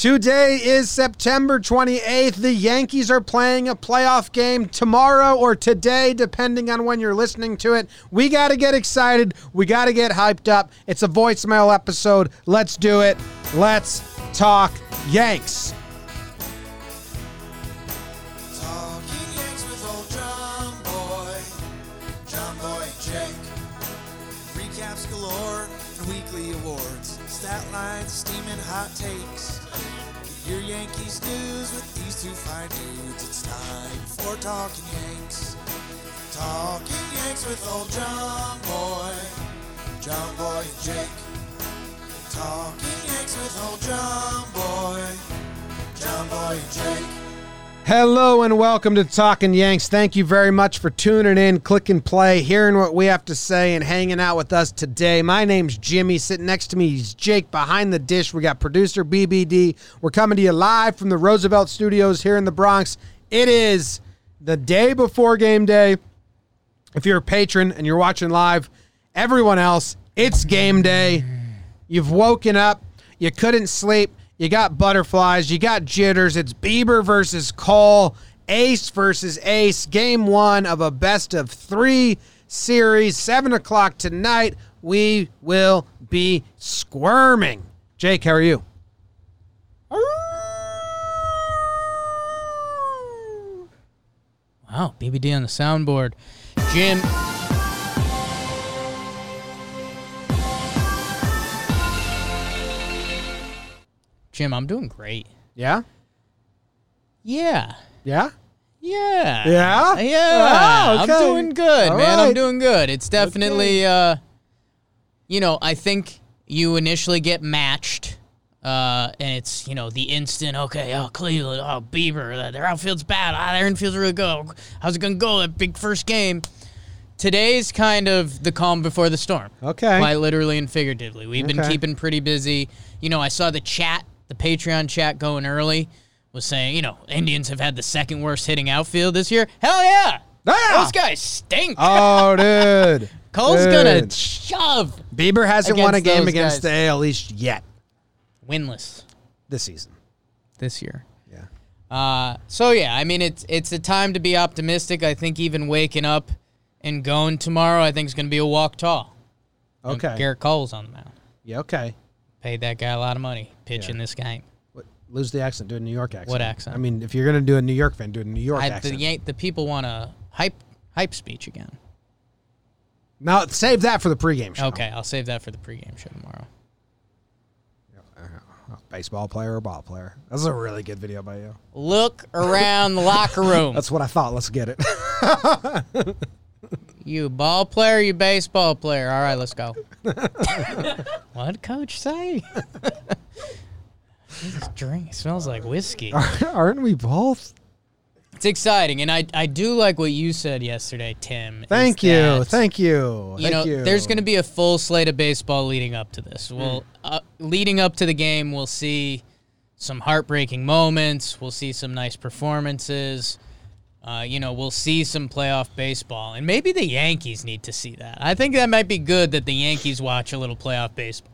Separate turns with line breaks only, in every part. Today is September 28th. The Yankees are playing a playoff game tomorrow or today, depending on when you're listening to it. We got to get excited. We got to get hyped up. It's a voicemail episode. Let's do it. Let's talk Yanks.
Talking Yanks with old John Boy, John Boy Jake. Recaps galore and weekly awards, stat lines, steaming hot takes. Get your Yankees news with these two fine dudes. It's time for Talking Yanks. Talking Yanks with old John Boy, John Boy Jake. Talking Yanks with old John Boy, John Boy Jake.
Hello and welcome to Talking Yanks. Thank you very much for tuning in, click and play, hearing what we have to say, and hanging out with us today. My name's Jimmy. Sitting next to me is Jake behind the dish. We got producer BBD. We're coming to you live from the Roosevelt Studios here in the Bronx. It is the day before game day. If you're a patron and you're watching live, everyone else, it's game day. You've woken up, you couldn't sleep, you got butterflies, you got jitters. It's Bieber versus Cole, Ace versus Ace, game one of a best of three series. Seven o'clock tonight, we will be squirming. Jake, how are you?
Wow, BBD on the soundboard. Jim. Jim, I'm doing great.
Yeah?
Yeah.
Yeah?
Yeah.
Yeah?
Yeah.
Wow, okay.
I'm doing good,
All
man.
right.
I'm doing good. It's definitely uh you know, I think you initially get matched. Uh, and it's you know the instant okay oh Cleveland oh Bieber uh, their outfield's bad ah their infield's really good how's it gonna go that big first game today's kind of the calm before the storm
Okay.
quite literally and figuratively we've been
Okay.
keeping pretty busy you know I saw the chat the Patreon chat going early was saying you know Indians have had the second worst hitting outfield this year hell yeah
Ah!
those guys stink
Oh, dude.
Cole's gonna
Dude.
shove
Bieber hasn't won a
Against
game
those
against
guys.
the AL East yet
winless
this season.
this year
Yeah.
Uh, so yeah, I mean it's it's a time to be optimistic. I think even waking up and going tomorrow, I think is going to be a walk tall. And
Okay.
Garrett Cole's on the mound.
Yeah, okay.
Paid that guy a lot of money pitching
Yeah.
this game.
What, lose the accent, do a New York accent.
What accent?
I mean, if you're gonna do a New York fan, do a New York
I, the,
accent.
Yan- the people want a hype hype speech again.
now save that for the pregame show.
Okay, I'll save that for the pregame show tomorrow.
Baseball player or ball player. That's a really good video by you.
Look around the locker room.
That's what I thought. Let's get it.
You ball player, you baseball player. All right, let's go. What'd coach say? this drink smells like whiskey.
Aren't we both?
It's exciting, and I, I do like what you said yesterday, Tim. is
Thank you.
that,
Thank you.
You know,
Thank you. Hmm.
there's going to be a full slate of baseball leading up to this. Well, uh, leading up to the game, we'll see some heartbreaking moments. We'll see some nice performances. Uh, you know, we'll see some playoff baseball, and maybe the Yankees need to see that. I think that might be good that the Yankees watch a little playoff baseball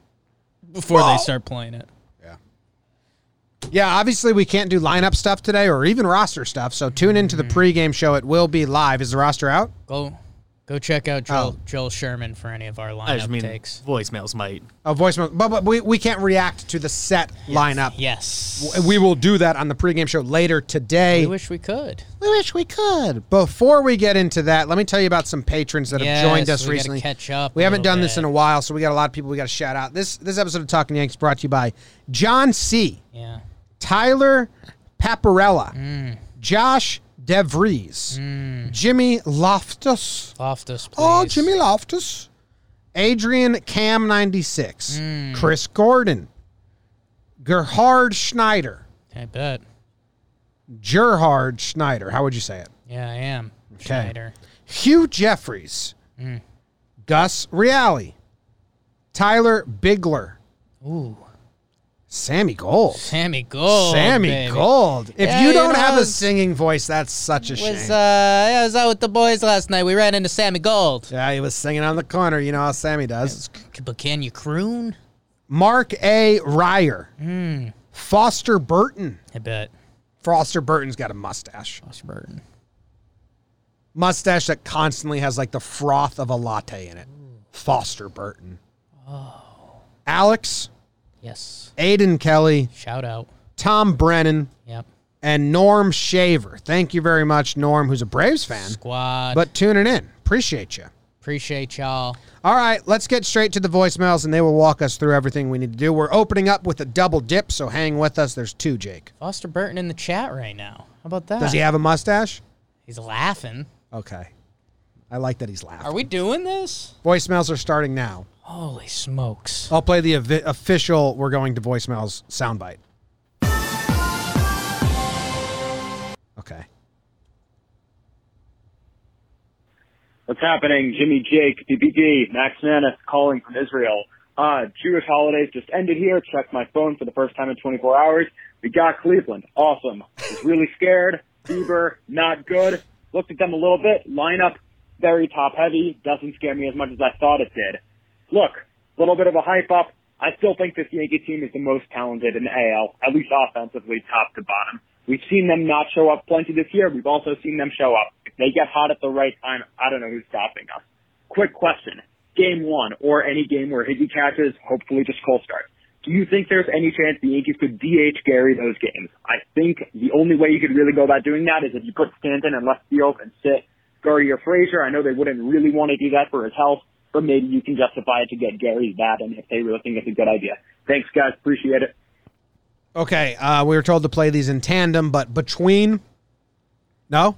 before they start playing it.
Yeah. Yeah, obviously we can't do lineup stuff today or even roster stuff. So tune into
Mm-hmm.
the pregame show. It will be live. Is the roster out?
Go, go check out Joel,
Oh.
Joel Sherman for any of our
I
lineup
just mean
takes.
voicemails might.
A Oh, voicemail, but, but we, we can't react to the set lineup.
Yes,
We will do that on the pregame show later today.
We wish we could.
We wish we could. Before we get into that, let me tell you about some patrons that
Yes,
have joined us
we gotta
recently.
catch up
We
a
haven't
little
done this
bit.
in a while, so we got a lot of people we got to shout out. This this episode of Talking Yanks brought to you by John C,
Yeah. Mm.
Tyler Paparella, Josh DeVries, Jimmy Loftus.
Loftus, please.
Oh, Jimmy Loftus. Adrian Cam 96,
Mm.
Chris Gordon, Gerhard Schneider,
I bet.
Gerhard Schneider. How would you say it?
Yeah, I am. Schneider.
Hugh Jeffries, Gus Reale, Tyler Bigler,
Ooh.
Sammy Gold.
Sammy Gold.
Sammy
baby.
Gold. If
Yeah,
you
you
don't
know,
have
I
a
was-
singing voice, that's such a
Was,
shame.
uh, I was out with the boys last night. We ran into Sammy Gold.
yeah, he was singing on the corner. You know how Sammy does.
But can you croon?
Mark A. Ryer, Foster Burton.
Hmm. I bet.
Foster Burton's got a mustache.
Foster Burton.
Mustache that constantly has like the froth of a latte in it. Foster Burton.
Oh,
Alex,
Yes.
Aiden Kelly,
Shout out.
Tom Brennan,
Yep.
and Norm Shaver. Thank you very much, Norm, who's a Braves fan,
Squad.
but tuning in. Appreciate you.
Appreciate y'all.
All right, let's get straight to the voicemails and they will walk us through everything we need to do. We're opening up with a double dip, so hang with us. There's two, Jake.
Foster Burton in the chat right now. How about that?
Does he have a mustache?
He's laughing.
Okay. I like that he's laughing.
Are we doing this?
Voicemails are starting now.
Holy smokes.
I'll play the avi- official we're going to voicemails soundbite. Okay.
What's happening? Jimmy Jake, BBD, Max Manis calling from Israel. Uh, Jewish holidays just ended here. Checked my phone for the first time in 24 hours. We got Cleveland. Awesome. Was really scared. Bieber, not good. Looked at them a little bit. Lineup, very top heavy. Doesn't scare me as much as I thought it did. Look, a little bit of a hype up. I still think this Yankee team is the most talented in the AL, at least offensively, top to bottom. We've seen them not show up plenty this year. We've also seen them show up. If they get hot at the right time, I don't know who's stopping us. Quick question. Game one, or any game where Higgy catches, hopefully just cold start. Do you think there's any chance the Yankees could DH Gary those games? I think the only way you could really go about doing that is if you put Stanton in left field and sit Gurry or Frazier. I know they wouldn't really want to do that for his health, but maybe you can justify it to get Gary that and if they really think it's a good idea. Thanks, guys. Appreciate it.
Okay. Uh, we were told to play these in tandem, but between. No?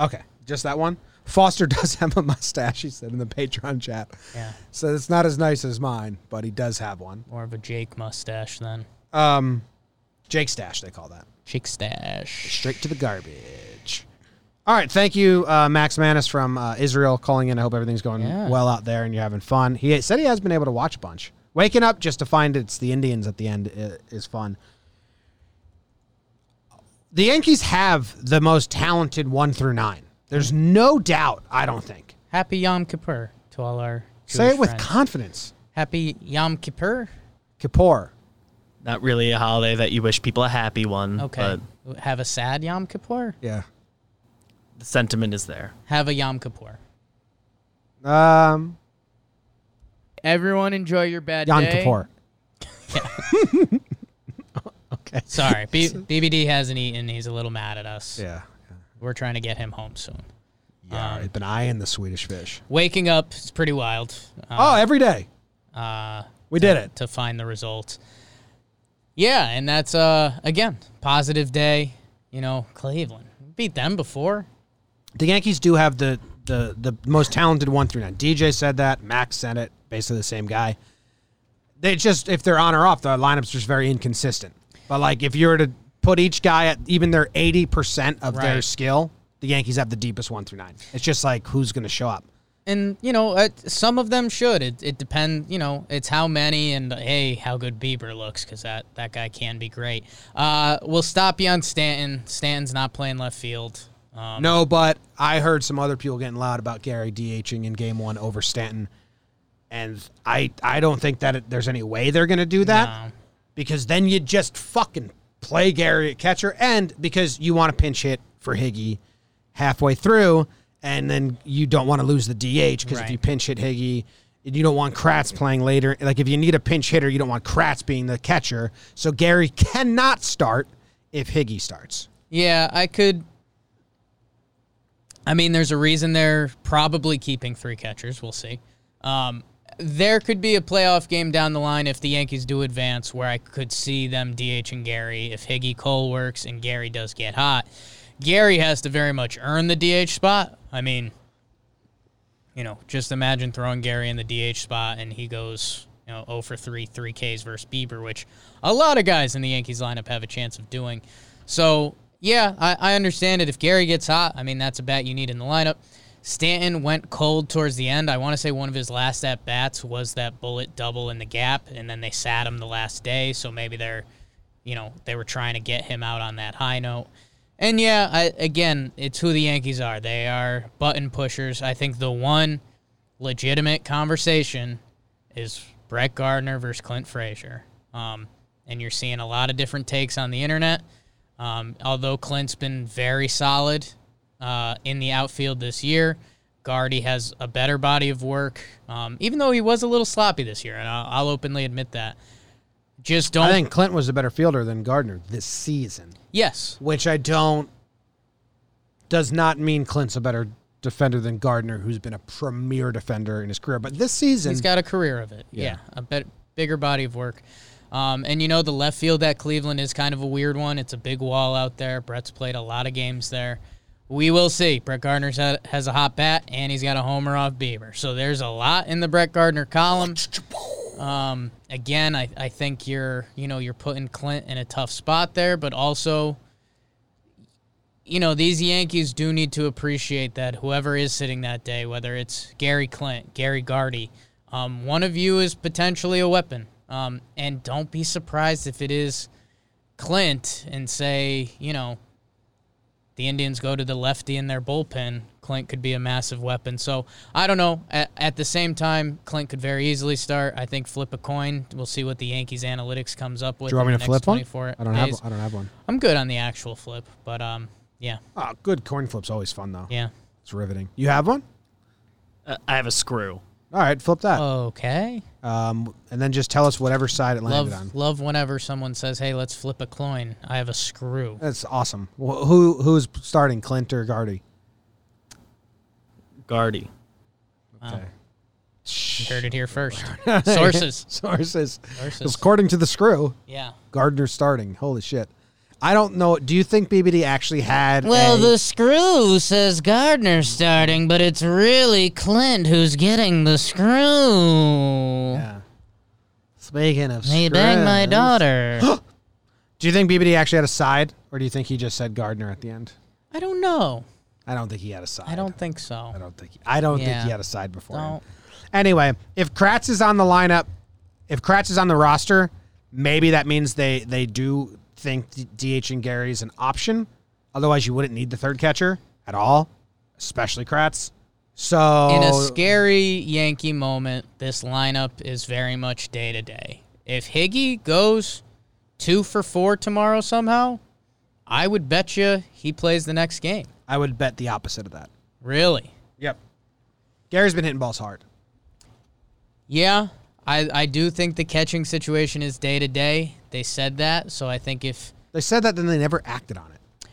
Okay. Just that one? Foster does have a mustache, he said in the Patreon chat.
Yeah.
So it's not as nice as mine, but he does have one.
More of a Jake mustache then.
Um, Jake Stash, they call that.
Jake stash.
Straight to the garbage. All right, thank you, uh, Max Manis from uh, Israel, calling in. I hope everything's going
Yeah.
well out there and you're having fun. He said he has been able to watch a bunch. Waking up just to find it's the Indians at the end i- is fun. The Yankees have the most talented one through nine. There's no doubt. I don't think.
Happy Yom Kippur to all our Jewish
Say it with
friends.
confidence.
Happy Yom Kippur.
Kippur.
Not really a holiday that you wish people a happy
Mm,
one.
Okay. Have a sad Yom Kippur.
Yeah.
But the sentiment is there.
Have a Yom Kippur.
Um.
Everyone enjoy your bad
Yom
day.
Kippur.
Sorry, B- BBD hasn't eaten. He's a little mad at us.
Yeah.
We're trying to get him home soon. Um,
Yeah. I've been eyeing the Swedish fish.
Waking up is pretty wild. Uh,
Oh, every day.
uh,
We did it.
to find the result. Yeah, and that's uh again positive day. You know, Cleveland beat them before.
The Yankees do have the the the most talented one through nine. DJ said that. Max said it. Basically the same guy. They just if they're on or off, the lineup's just very inconsistent. But like if you were to put each guy at even their eighty percent of their
Right.
skill, the Yankees have the deepest one through nine. It's just like who's going to show up.
and you know uh, some of them should it, it depends you know it's how many and hey how good bieber looks because that, that guy can be great uh, we'll stop you on stanton stanton's not playing left field um,
No, but I heard some other people getting loud about Gary DHing in Game One over Stanton, and I I don't think that it, there's any way they're going to do that
No.
because then you just fucking play Gary at catcher, and because you want to pinch hit for Higgy halfway through, and then you don't want to lose the DH because if
Right.
you pinch hit Higgy. You don't want Kratz playing later. Like, if you need a pinch hitter, you don't want Kratz being the catcher. So, Gary cannot start if Higgy starts.
yeah i could i mean there's a reason they're probably keeping three catchers we'll see um, there could be a playoff game down the line if the yankees do advance where i could see them dh and gary if higgy cole works and gary does get hot Gary has to very much earn the DH spot. I mean, you know, just imagine throwing Gary in the DH spot and he goes, you know, 0 for 3, 3 Ks versus Bieber, which a lot of guys in the Yankees lineup have a chance of doing. So, yeah, I, I understand it. If Gary gets hot, I mean, that's a bat you need in the lineup. Stanton went cold towards the end. I want to say one of his last at bats was that bullet double in the gap, and then they sat him the last day. So maybe they're you know they were trying to get him out on that high note. And yeah, I, again, it's who the Yankees are. They are button pushers. I think the one legitimate conversation is Brett Gardner versus Clint Frazier. Um, and you're seeing a lot of different takes on the internet. Um, although Clint's been very solid uh, in the outfield this year, Guardy has a better body of work. Um, even though he was a little sloppy this year, and I'll, I'll openly admit that. Just don't.
I think Clint was a better fielder than Gardner this season,
yes,
which I don't does not mean Clint's a better defender than Gardner, who's been a premier defender in his career. But this season,
he's got a career of it. Yeah, a bet, bigger body of work. Um, and you know the left field at Cleveland is kind of a weird one. It's a big wall out there. Brett's played a lot of games there. We will see. Brett Gardner has a hot bat, and he's got a homer off Bieber. So there's a lot in the Brett Gardner column. Um, again, I, I think you're you know you're putting Clint in a tough spot there, but also you know, these Yankees do need to appreciate that whoever is sitting that day, whether it's Gary Clint, Gary Gardy, um, one of you is potentially a weapon. Um, and don't be surprised if it is Clint and say, you know, the Indians go to the lefty in their bullpen. Clint could be a massive weapon. So I don't know. At, at the same time, Clint could very easily start. I think flip a coin. We'll see what the Yankees analytics comes up with.
do you want
in
me
the
to
next
flip one?
24
I don't have.
days.
I don't have one.
I'm good on the actual flip, but um, yeah,
Oh, good coin flip's always fun though.
yeah.
It's riveting. You have one?
Uh, I have a screw.
All right, flip that.
Okay.
um, and then just tell us whatever side it landed on.
Love love whenever someone says, "Hey, let's flip a coin." I have a screw.
That's awesome. Wh- Who who's starting, Clint or Gardy?
Guardy.
Okay.
You heard it here first. Sources.
Sources.
Sources.
According to the screw,
Yeah.
Gardner starting. Holy shit. I don't know. Do you think BBD actually had?
Well,
a-
the screw says Gardner starting, but it's really Clint who's getting the screw.
Yeah. Speaking of,
He banged my
screws.
daughter.
Do you think BBD actually had a side, or do you think he just said Gardner at the end?
I don't know.
I don't think he had a side.
I don't think
I
so.
don't think. He, I don't think
Yeah.
he had a side before.
Don't.
Anyway, if Kratz is on the lineup, if Kratz is on the roster, maybe that means they they do think D- DH and Gary is an option. Otherwise, you wouldn't need the third catcher at all, especially Kratz. So
In a scary Yankee moment, this lineup is very much day to day. If Higgy goes two for four tomorrow somehow, I would bet you he plays the next game.
I would bet the opposite of that.
Really?
Yep. Gary's been hitting balls hard.
Yeah, I, I do think the catching situation is day to day. They said that, so I think if
They said that, then they never acted on it.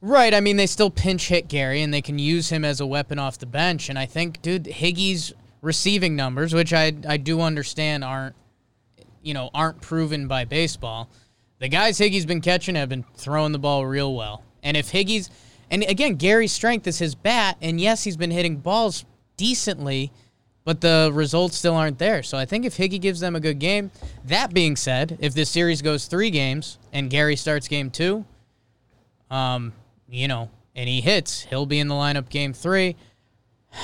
right, I mean they still pinch hit Gary and they can use him as a weapon off the bench. And I think, dude, Higgy's receiving numbers, which I I do understand aren't you know aren't proven by baseball. The guys Higgy's been catching have been throwing the ball real well. And if Higgy's and again Gary's strength is his bat, and yes, he's been hitting balls decently, but the results still aren't there. So I think if Higgy gives them a good game, that being said, if this series goes three games and Gary starts game two, um, you know, and he hits, he'll be in the lineup game three.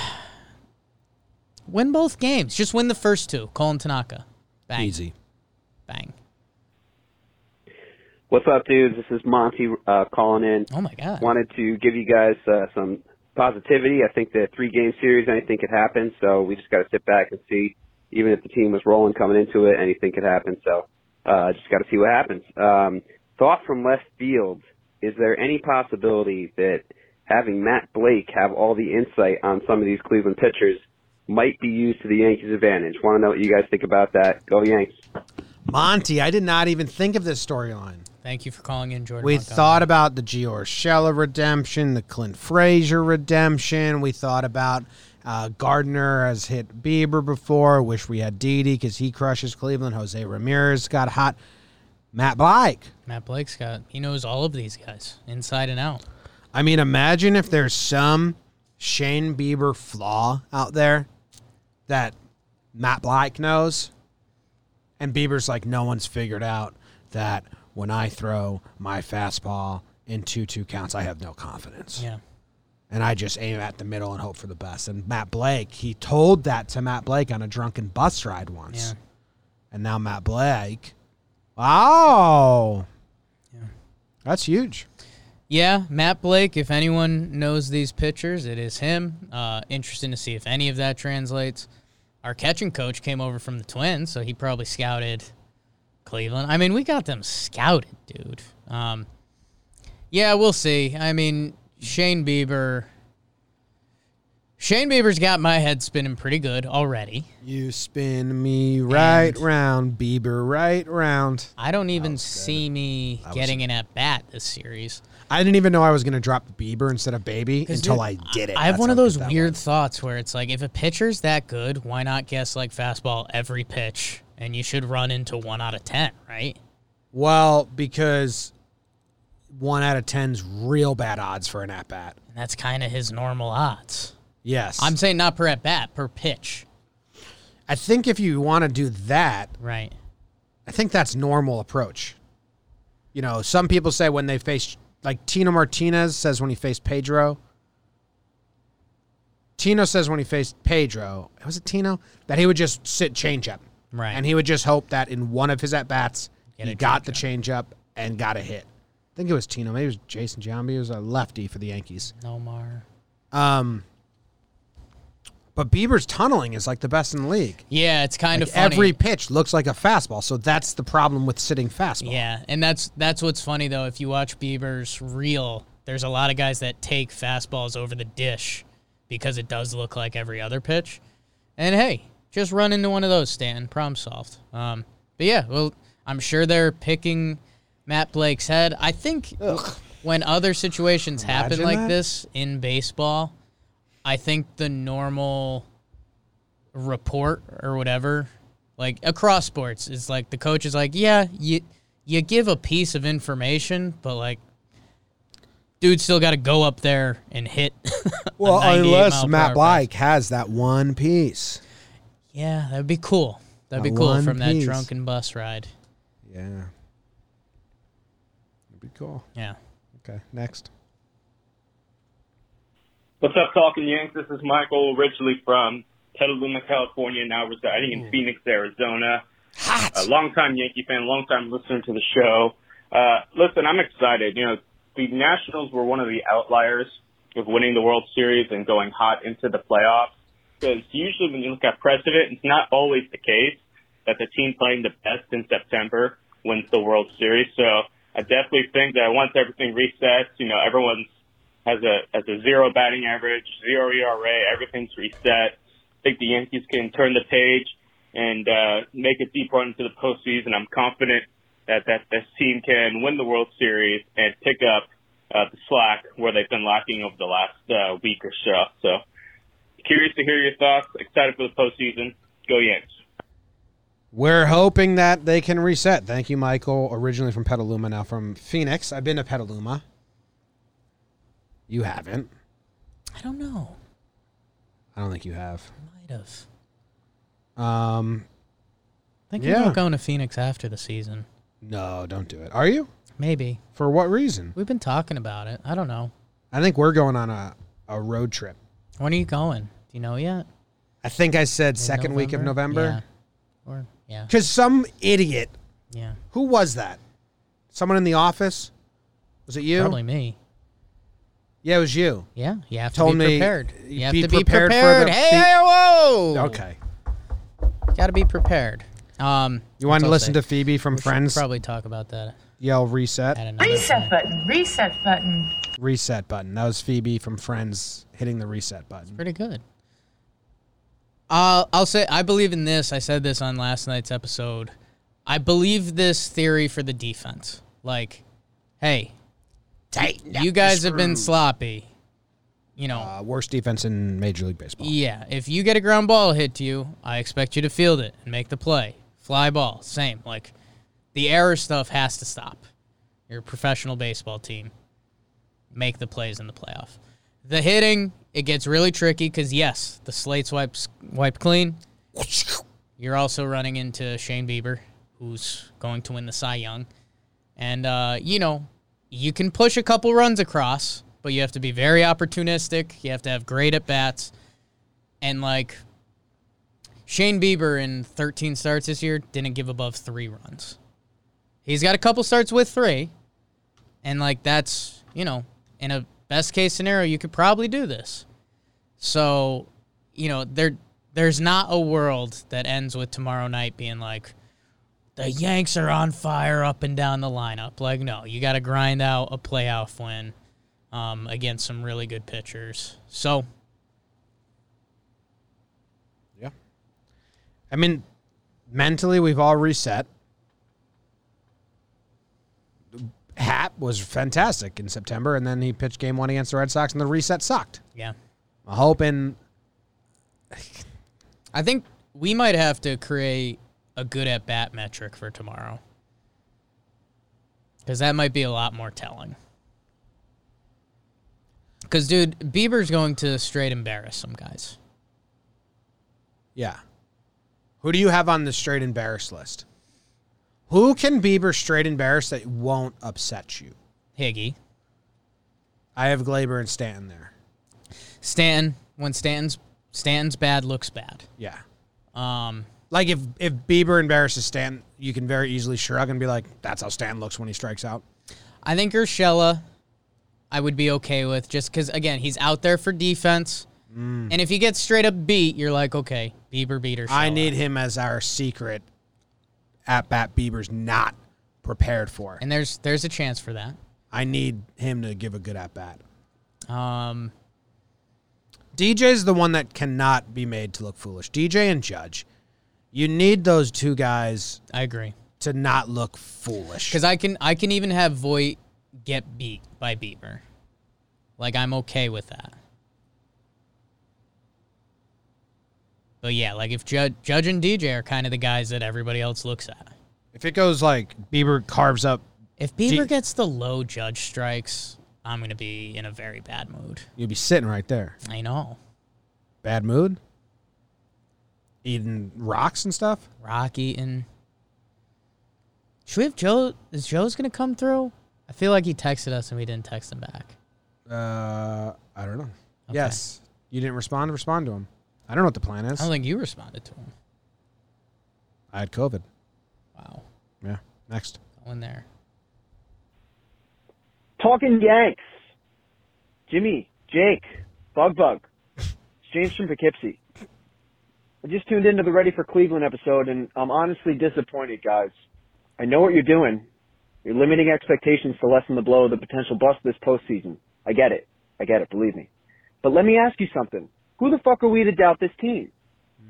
win both games. Just win the first two. Colin Tanaka. Bang. Bang.
What's up, dudes? This is Monty uh, calling in.
Oh my god.
Wanted to give you guys uh, some positivity. I think the three game series, anything could happen. So we just got to sit back and see. Even if the team was rolling coming into it, anything could happen. So uh, just got to see what happens. Um, thought from left field: Is there any possibility that having Matt Blake have all the insight on some of these Cleveland pitchers might be used to the Yankees' advantage? Want to know what you guys think about that? Go Yanks!
Monty, I did not even think of this storyline.
Thank you for calling in, Jordan.
We
Montgomery.
thought about the Gior Shella redemption, the Clint Frazier redemption. We thought about uh, Gardner has hit Bieber before. Wish we had Didi because he crushes Cleveland. Jose Ramirez got hot. Matt Blake.
Matt Blake's got he knows all of these guys inside and out.
I mean, imagine if there's some Shane Bieber flaw out there that Matt Black knows, and Bieber's like, no one's figured out that when I throw my fastball in two two counts, I have no confidence,
Yeah.
and I just aim at the middle and hope for the best. And Matt Blake, he told that to Matt Blake on a drunken bus ride once,
Yeah.
and now Matt Blake, wow, that's huge.
Yeah, Matt Blake. If anyone knows these pitchers, it is him. Uh, interesting to see if any of that translates. Our catching coach came over from the Twins, so he probably scouted a Cleveland. I mean, we got them scouted, dude. Um, yeah, we'll see. I mean, Shane Bieber. Shane Bieber's got my head spinning pretty good already.
You spin me right
And-
round, Bieber, right round.
I don't even see me
was
getting an at bat this series.
I didn't even know I was going to drop Bieber instead of Baby until
dude,
I did it.
I have
That's
one
how
of those
good that
weird
was.
thoughts where it's like, if a pitcher's that good, why not guess like fastball every pitch? And you should run into one out of 10, right?
Well, because one out of ten's real bad odds for an at bat.
And that's kind of his normal odds.
Yes,
I'm saying not per at bat, per pitch,
I think if you want to do that,
right?
I think that's normal approach. You know, some people say when they face like Tino Martinez says when he faced Pedro. Tino says when he faced Pedro, was it Tino that he would just sit changeup,
Right.
And he would just hope that in one of his at bats
Get
he
a
got the changeup and got a hit. I think it was Tino. Maybe it was Jason Giambi. He was a lefty for the Yankees.
Nomar.
Um, but Bieber's tunneling is like the best in the league.
Yeah, it's kind of funny.
Every pitch looks like a fastball, so that's the problem with sitting fastball.
yeah, and that's that's what's funny though. If you watch Bieber's reel, there's a lot of guys that take fastballs over the dish because it does look like every other pitch. And hey, just run into one of those, Stan. Problem solved. Um, but yeah, well, I'm sure they're picking Matt Blake's head. I think when other situations happen
Imagine
like
that.
this in baseball, I think the normal report or whatever, like across sports, is like the coach is like, yeah, you you give a piece of information, but like, dude still got to go up there and hit. a 98 mile per hour pass.
has that one piece.
Yeah, that'd be cool. That'd be
That
cool
one
from that
piece.
drunken bus ride.
Yeah. That'd be cool.
Yeah.
Okay, next.
What's up, Talking Yanks? This is Michael, originally from Petaluma, California, now residing in Phoenix, Arizona. Hot. A longtime Yankee fan, longtime listener to the show. Uh, listen, I'm excited. You know, the Nationals were one of the outliers with winning the World Series and going hot into the playoffs. Because usually when you look at precedent, it's not always the case that the team playing the best in September wins the World Series. So I definitely think that once everything resets, you know, everyone's has a has a zero batting average, zero ERA. Everything's reset. I think the Yankees can turn the page and uh, make a deep run to the postseason. I'm confident that that this team can win the World Series and pick up uh, the slack where they've been lacking over the last uh, week or so. So curious to hear your thoughts. Excited for the postseason. Go Yanks.
We're hoping that they can reset. Thank you, Michael. Originally from Petaluma, now from Phoenix. I've been to Petaluma. You haven't.
I don't know.
I don't think you have.
Might have.
Um,
I think
Yeah.
I'm not going to Phoenix after the season.
no, don't do it. Are you?
Maybe.
For what reason?
We've been talking about it. I don't know.
I think we're going on a, a road trip.
When are you going? Do you know yet?
I think I said
In
second week of November.
Yeah. Or yeah.
Because some idiot
Yeah.
Who was that? Someone in the office? Was it you?
Probably me.
Yeah, it was you.
Yeah. You have
Told
to be
me,
prepared.
uh,
You have
be
to be
prepared
prepared.
for the-
hey,
be-
hey, whoa.
Okay.
Got to be prepared. Um
You wanted to
that's
listen
all
to Phoebe from
I'll say. We should
Friends
Probably talk about that
yell reset?
at another
Reset
time.
button, reset button.
Reset button. That was Phoebe from Friends hitting the reset button.
pretty good. I'll Uh, I'll say I believe in this. I said this on last night's episode. I believe this theory for the defense. Like, hey, you guys have been sloppy. You know,
Uh, worst defense in Major League Baseball.
yeah. If you get a ground ball hit to you, I expect you to field it and make the play. Fly ball, same. Like, the error stuff has to stop. You're a professional baseball team. Make the plays in the playoff. The hitting, it gets really tricky because yes, the slate's wipes wiped clean. You're also running into Shane Bieber, who's going to win the Cy Young, and uh, you know you can push a couple runs across, but you have to be very opportunistic. You have to have great at bats, and like Shane Bieber in 13 starts this year didn't give above three runs. He's got a couple starts with three, and like that's you know in a best case scenario you could probably do this. So, you know there there's not a world that ends with tomorrow night being like. the Yanks are on fire up and down the lineup. Like, no, you got to grind out a playoff win um, against some really good pitchers. So,
I mean, mentally, we've all reset. Hap was fantastic in September, and then he pitched game one against the Red Sox, and the reset sucked.
yeah.
I'm hoping
I think we might have to create a good at bat metric for tomorrow. Because that might be a lot more telling. Because, dude, Bieber's going to straight embarrass some guys.
Yeah. Who do you have on the straight embarrass list? Who can Bieber straight embarrass that won't upset you?
Higgy.
I have Glaber and Stanton there.
Stanton, when Stanton's Stanton's bad, looks bad.
Yeah.
Um,
Like if if Bieber embarrasses Stanton, you can very easily shrug and be like, "That's how Stanton looks when he strikes out."
I think Urshela, I would be okay with just because again he's out there for defense, and if he gets straight up beat, you're like, okay, Bieber beat Urshela.
Mm. I need him as our secret at bat. Bieber's not prepared for.
and there's there's a chance for that.
I need him to give a good at bat.
Um,
DJ's the one that cannot be made to look foolish. DJ and Judge, you need those two guys
I agree
to not look foolish.
because I can I can even have Voit get beat by Bieber, like I'm okay with that. But yeah, like if Judge, Judge and DJ are kind of the guys that everybody else looks at.
if it goes like Bieber carves up,
If Bieber
you-
gets the low judge strikes, I'm gonna be in a very bad mood.
you'd be sitting right there.
I know.
Bad mood, eating rocks and stuff.
Rocky and should we have Joe? Is Joe's gonna come through? I feel like he texted us and we didn't text him back.
Uh, I don't know. Yes, you didn't respond. Respond to him. I don't know what the plan is.
I don't think you responded to him.
I had COVID.
Wow,
Yeah. Next.
go in there.
Talking Yanks. Jimmy, Jake, Bug Bug. It's James from Poughkeepsie. I just tuned into the Ready for Cleveland episode, and I'm honestly disappointed, guys. I know what you're doing. You're limiting expectations to lessen the blow of the potential bust this postseason. I get it. I get it, believe me. But let me ask you something. Who the fuck are we to doubt this team?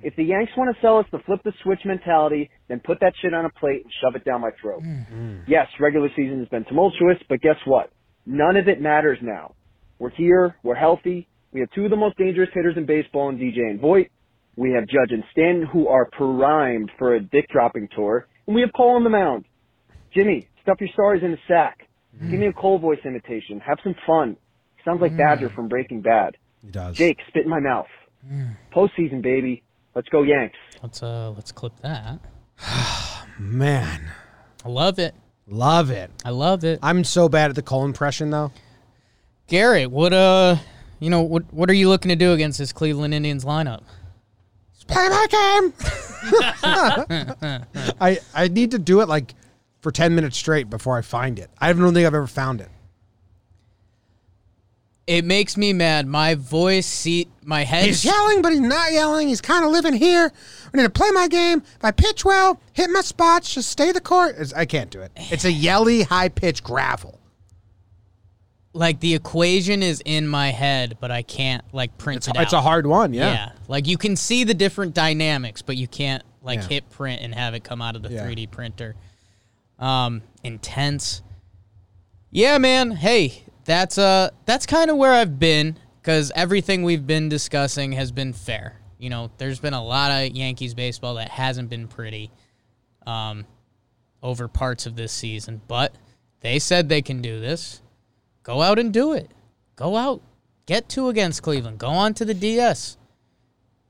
If the Yanks want to sell us the flip the switch mentality, then put that shit on a plate and shove it down my throat. Yes, regular season has been tumultuous, but guess what? None of it matters now. We're here. We're healthy. We have two of the most dangerous hitters in baseball in DJ and Voight. We have Judge and Stanton who are primed for a dick dropping tour. And we have Cole on the mound. Jimmy, stuff your stars in a sack. Give me a Cole voice imitation. Have some fun. Sounds like Badger from Breaking Bad.
He does.
Jake, spit in my mouth. Postseason, baby. Let's go Yanks.
Let's uh, let's clip that.
Man,
I love it.
love it.
I love it.
I'm so bad at the Cole impression though.
Garrett, what uh, you know, what what are you looking to do against this Cleveland Indians lineup?
Play my game. I I need to do it like for ten minutes straight before I find it. I don't think I've ever found it.
It makes me mad. My voice, seat, my head.
He's yelling, but he's not yelling. He's kind of living here. I need to play my game. If I pitch well, hit my spots, just stay the court. It's- I can't do it. It's a yelly, high pitched gravel.
like the equation is in my head, but I can't like print
It's,
it out.
it's a hard one,
yeah.
yeah.
Like you can see the different dynamics, but you can't like
Yeah.
hit print and have it come out of the
Yeah.
3D printer. Um, intense. Yeah, man. Hey, that's uh, that's kind of where I've been because everything we've been discussing has been fair. You know, there's been a lot of Yankees baseball that hasn't been pretty. Um, over parts of this season, but they said they can do this. Go out and do it. Go out, get two against Cleveland. Go on to the DS.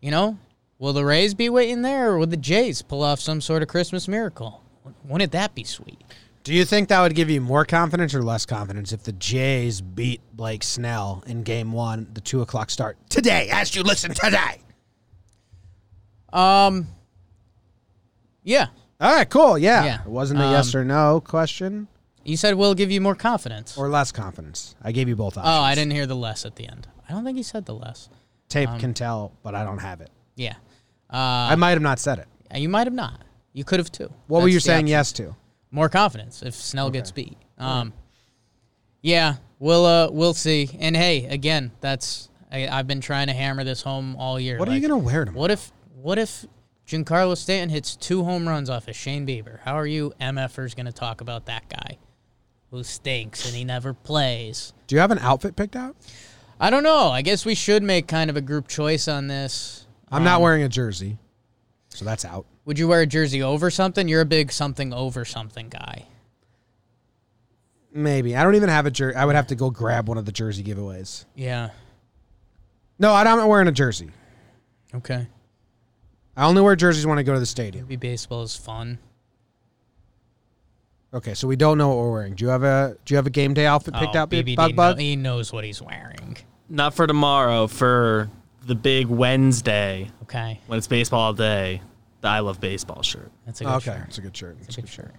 You know, will the Rays be waiting there, or will the Jays pull off some sort of Christmas miracle? Wouldn't that be sweet?
Do you think that would give you more confidence or less confidence if the Jays beat Blake Snell in game one, the two o'clock start today, as you listen today?
Um, yeah,
All right, cool. Yeah.
Yeah.
It wasn't a yes
Um,
or no question
you said will give you more confidence.
or less confidence. I gave you both options.
oh, I didn't hear the less at the end. I don't think he said the less. um,
Tape can tell, but I don't have it.
Yeah, uh,
I might have not said it.
you might have not. You could have too.
What were
That's
you
the
saying
option.
yes to?
More confidence if Snell gets beat. Um, yeah, we'll uh, we'll see. And hey, again, that's I, I've been trying to hammer this home all year.
What are you
Like,
gonna wear tomorrow?
What if what if Giancarlo Stanton hits two home runs off of Shane Bieber? How are you MFers going to talk about that guy who stinks and he never plays?
Do you have an outfit picked out?
I don't know. I guess we should make kind of a group choice on this. Um,
I'm not wearing a jersey, so that's out.
Would you wear a jersey over something? You're a big something over something guy.
Maybe I don't even have a jersey. I would have to go grab one of the jersey giveaways.
Yeah.
No, I- I'm not wearing a jersey.
Okay.
I only wear jerseys when I go to the stadium.
Maybe baseball is fun.
Okay, so we don't know what we're wearing. Do you have a Do you have a game day outfit picked
Oh,
out,
BBD
Bug
kno-
Bug?
he knows what he's wearing.
Not for tomorrow, for the big Wednesday
Okay.
when it's baseball day. The I love baseball shirt.
That's a good
Okay,
shirt.
it's a good shirt. It's
That's a good shirt.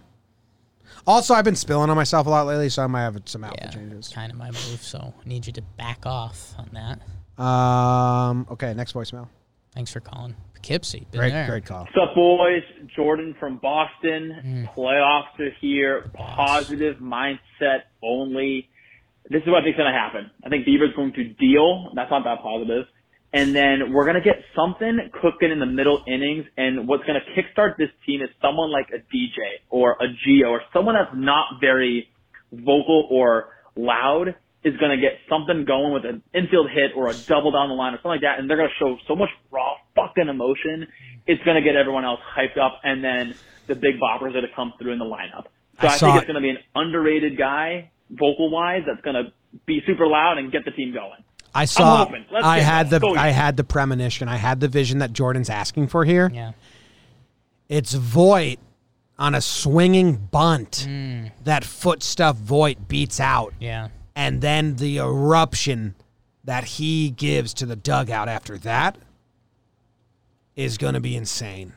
Also, I've been spilling on myself a lot lately, so I might have some outfit
Yeah,
changes.
kind of my move. So I need you to back off on that.
Um. Okay, next voicemail.
Thanks for calling. Poughkeepsie. Been
Great,
there.
great call.
What's up, boys? Jordan from Boston. Playoffs are here. Positive mindset only. This is what I think's going to happen. I think Beaver's going to deal. That's not that positive. And then we're going to get something cooking in the middle innings. And what's going to kickstart this team is someone like a DJ or a Geo or someone that's not very vocal or loud is going to get something going with an infield hit or a double down the line or something like that, and they're going to show so much raw fucking emotion. It's going to get everyone else hyped up, and then the big boppers are going to come through in the lineup. So
I
I,
saw
think it's
it.
going to be an underrated guy, vocal wise, that's going to be super loud and get the team going.
I saw.
open. Let's
I
get
had the
going. Go,
I
yeah.
had the premonition. I had the vision that Jordan's asking for here.
Yeah.
It's Voight on a swinging bunt. That foot stuff Voight beats out,
Mm. Yeah.
and then the eruption that he gives to the dugout after that is going to be insane.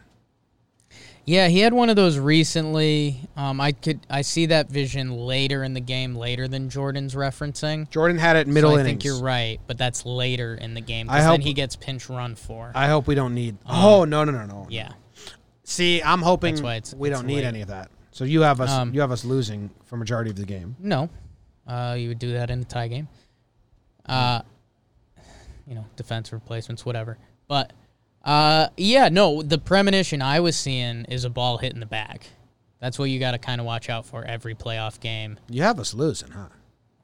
Yeah, he had one of those recently. Um, I could I see that vision later in the game, later than Jordan's referencing.
Jordan had it middle
so I
innings.
think you're right, but that's later in the game.
I
Because then
hope-
he gets pinch run for. Um,
I hope we don't need. oh no no no no.
yeah.
See, I'm hoping
That's why it's-
we
it's
don't need
late.
any of that. So you have us.
Um,
you have us losing for majority of the game.
No. Uh, you would do that in a tie game. Uh, you know, defense replacements, whatever. But uh, yeah, no, the premonition I was seeing is a ball hit in the back. That's what you got to kind of watch out for every playoff game.
You have us losing, huh?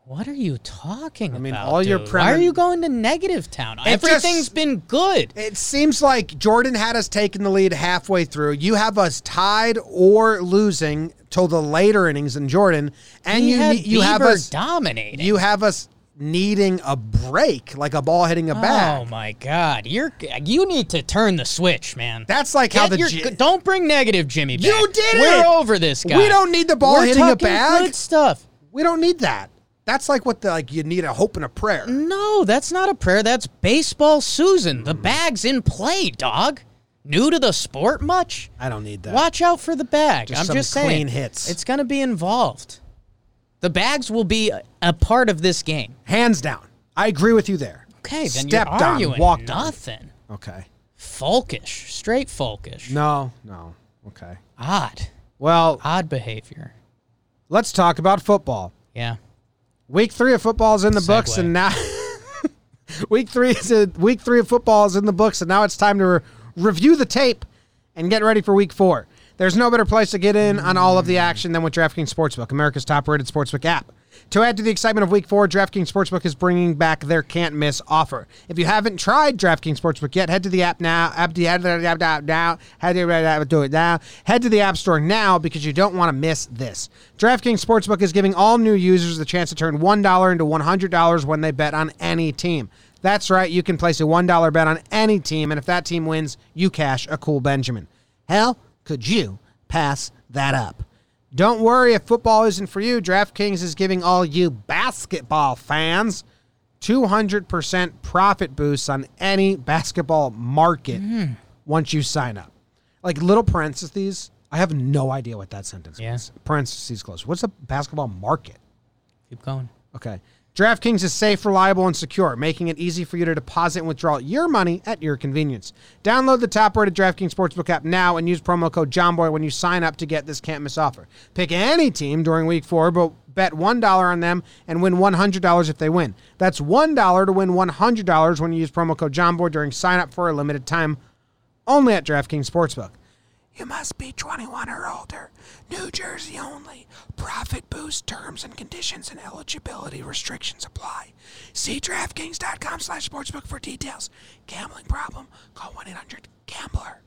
What are you talking about?
mean, all your
dude? Why are
premon-
you going to negative town?
It just-
Everything's been good.
It seems like Jordan had us taking the lead halfway through. You have us tied or losing till the later innings in Jordan, and
He
you
had
ne- you have
Bieber
us
dominating.
you have us needing a break, like a ball hitting a
Oh
bat.
my God! You're you need to turn the switch, man.
That's like how
Get
the
your-
J-
don't bring negative Jimmy. Back.
You did
We're
it!
over this guy.
We don't need the ball
We're
hitting a
talking
bag.
Good stuff.
we don't need that. That's like what the like you need a hope and a prayer.
No, that's not a prayer. That's baseball, Susan.
Mm.
The bag's in play, dog. New to the sport much?
I don't need that.
Watch out for the bag.
Just
I'm
some
just
clean
saying.
hits.
It's going to be involved. The bags will be a, a part of this game.
Hands down. I agree with you there.
Okay, then
Stepped
you're arguing
on, walked
nothing.
on. Okay.
Folkish, straight folkish.
No, no. Okay.
Odd,
Well,
odd behavior.
let's talk about football.
Yeah.
Week three of football is in the books,
Segue.
and now week three is week three of football is in the books, and now it's time to re- review the tape and get ready for week four. There's no better place to get in on all of the action than with DraftKings Sportsbook, America's top-rated sportsbook app. To add to the excitement of Week Four, DraftKings Sportsbook is bringing back their can't-miss offer. If you haven't tried DraftKings Sportsbook yet, head to the app now. App the app now. now. Head to do it now. Head to the App Store now because you don't want to miss this. DraftKings Sportsbook is giving all new users the chance to turn one dollar into one hundred dollars when they bet on any team. That's right, you can place a $1 bet on any team, and if that team wins, you cash a cool Benjamin. Hell, could you pass that up? Don't worry if football isn't for you. DraftKings is giving all you basketball fans 200% profit boosts on any basketball market once you sign up. Like little parentheses. I have no idea what that sentence
Yeah.
means. Parentheses close. What's a basketball market?
Keep going.
Okay. DraftKings is safe, reliable, and secure, making it easy for you to deposit and withdraw your money at your convenience. Download the top-rated DraftKings Sportsbook app now and use promo code JOHNBOY when you sign up to get this can't miss offer. Pick any team during week four, but bet $1 on them and win $100 if they win. That's $1 to win $100 when you use promo code JOHNBOY during sign-up for a limited time only at DraftKings Sportsbook. You must be 21 or older. New Jersey only. Profit boost terms and conditions and eligibility restrictions apply. See DraftKings.com slash sportsbook for details. Gambling problem? Call 1-800-GAMBLER.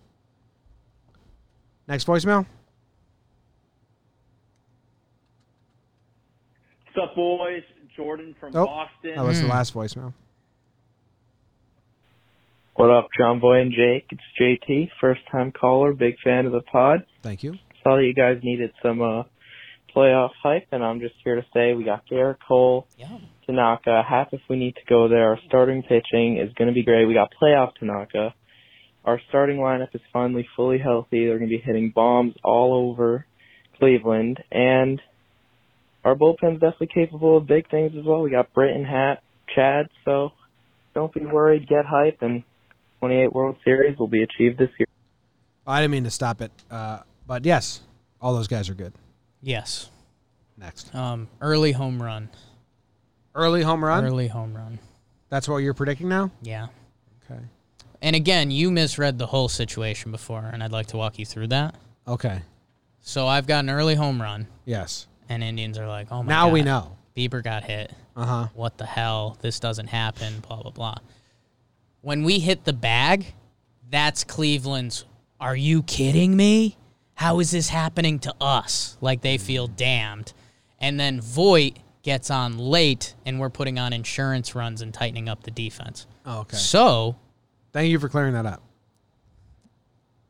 Next voicemail.
What's up, boys? Jordan from
Oh,
Boston.
That was
Hmm.
the last voicemail.
What up, John Boy and Jake? It's JT, first time caller, big fan of the pod.
Thank you.
Saw that you guys needed some uh playoff hype, and I'm just here to say we got Garrett Cole, Tanaka. Half if we need to go there. Our starting pitching is going to be great. We got playoff Tanaka. Our starting lineup is finally fully healthy. They're going to be hitting bombs all over Cleveland, and our bullpen's definitely capable of big things as well. We got Britton, Hat, Chad, so don't be worried. Get hype, and 28 World Series will be achieved this year.
I didn't mean to stop it, uh, but yes, all those guys are good.
Yes.
Next.
Um, early home run.
Early home run?
Early home run.
That's what you're predicting now?
Yeah.
Okay.
And again, you misread the whole situation before, and I'd like to walk you through that.
Okay.
So I've got an early home run,
Yes.
and Indians are like, "Oh my
now we
God,
know.
Bieber got hit.
Uh-huh.
What the hell? This doesn't happen." Blah blah blah. When we hit the bag, that's Cleveland's. Are you kidding me? How is this happening to us? Like they feel damned, and then Voit gets on late, and we're putting on insurance runs and tightening up the defense.
Oh, okay.
So
Thank you for clearing that up.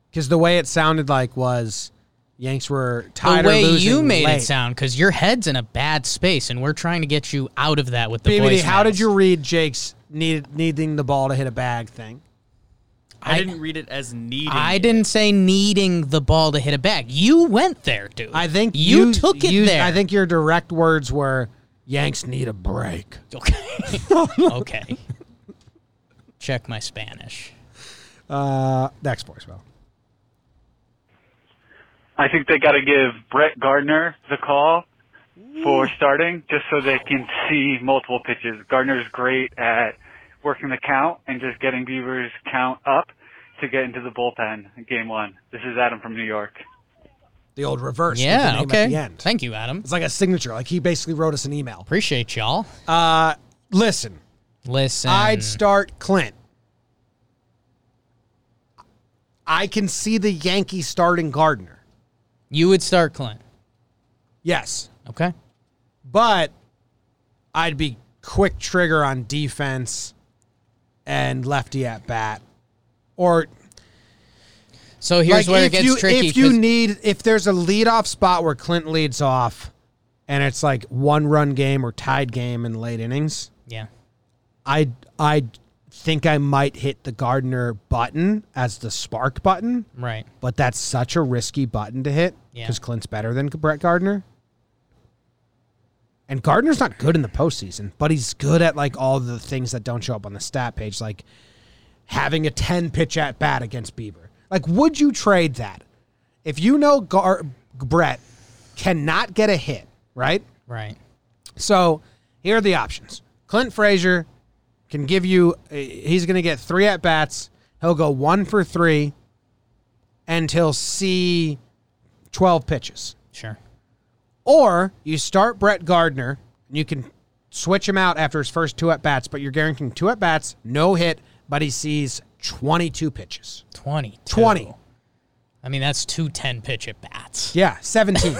Because the way it sounded like was Yanks were tied
the way
or losing
you made
late.
it sound because your head's in a bad space and we're trying to get you out of that with the
BBD,
voice
how did you read Jake's need, needing the ball to hit a bag thing?
I, didn't read it as needing.
I
it.
didn't say needing the ball to hit a bag. You went there, dude.
I think
you, took it
you-
there.
I think your direct words were Yanks need a break.
Okay. okay. Check my Spanish.
Uh, next voicemail.
I think they got to give Brett Gardner the call for starting, just so they can see multiple pitches. Gardner's great at working the count and just getting Beaver's count up to get into the bullpen. in Game one. This is Adam from New York.
The old reverse. with the
Yeah.
name
Okay.
At the end.
Thank you, Adam.
It's like a signature. Like he basically wrote us an email.
Appreciate y'all.
Uh, listen,
Listen.
I'd start Clint. I can see the Yankees starting Gardner.
you would start Clint.
Yes.
Okay.
but I'd be quick trigger on defense and lefty at bat. Or
So here's
like,
where
if
it gets
you,
tricky.
If you
'cause-
need, if there's a leadoff spot where Clint leads off, and it's like one run game or tied game in late innings,
yeah.
I I think I might hit the Gardner button as the spark button,
Right.
but that's such a risky button to hit
Yeah.
because Clint's better than Brett Gardner. And Gardner's not good in the postseason, but he's good at like all the things that don't show up on the stat page, like having a ten pitch at bat against Bieber. Like, would you trade that if you know Gar- Brett cannot get a hit, right?
Right.
So here are the options. Clint Frazier can give you, uh, he's going to get three at bats. He'll go one for three and he'll see 12 pitches.
Sure.
Or you start Brett Gardner and you can switch him out after his first two at bats, but you're guaranteeing two at bats, no hit, but he sees 22 pitches.
20.
20.
I mean, that's two 10 pitch at bats.
Yeah, 17.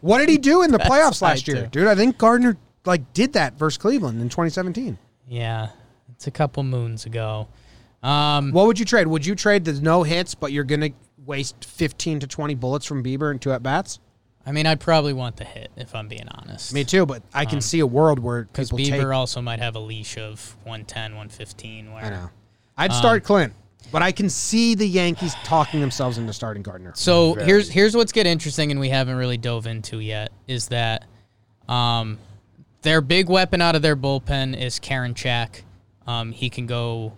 what did he do in the playoffs last
tight,
year?
too.
Dude, I think Gardner like did that versus Cleveland in 2017.
Yeah, it's a couple moons ago. Um,
What would you trade? Would you trade the no hits, but you're gonna waste fifteen to twenty bullets from Bieber and two at bats?
I mean, I'd probably want the hit if I'm being honest. Um,
Me too, but I can see a world where
Because
people
Bieber
take.
also might have a leash of 110, 115. Where
I know. I'd
um,
start Clint, but I can see the Yankees talking themselves into starting Gardner.
So here's here's what's get interesting, and we haven't really dove into yet, is that um, their big weapon out of their bullpen is Karen Chak. Um, he can go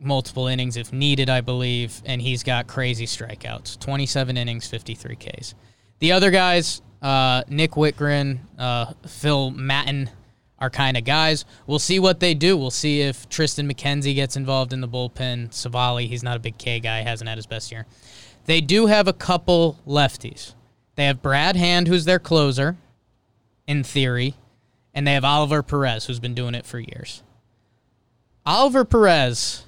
multiple innings if needed, I believe, and he's got crazy strikeouts 27 innings, 53 Ks. The other guys, uh, Nick Whitgren, uh, Phil Matten, are kind of guys. We'll see what they do. We'll see if Tristan McKenzie gets involved in the bullpen. Savali, he's not a big K guy, hasn't had his best year. They do have a couple lefties. They have Brad Hand, who's their closer, in theory, and they have Oliver Perez, who's been doing it for years. Oliver Perez,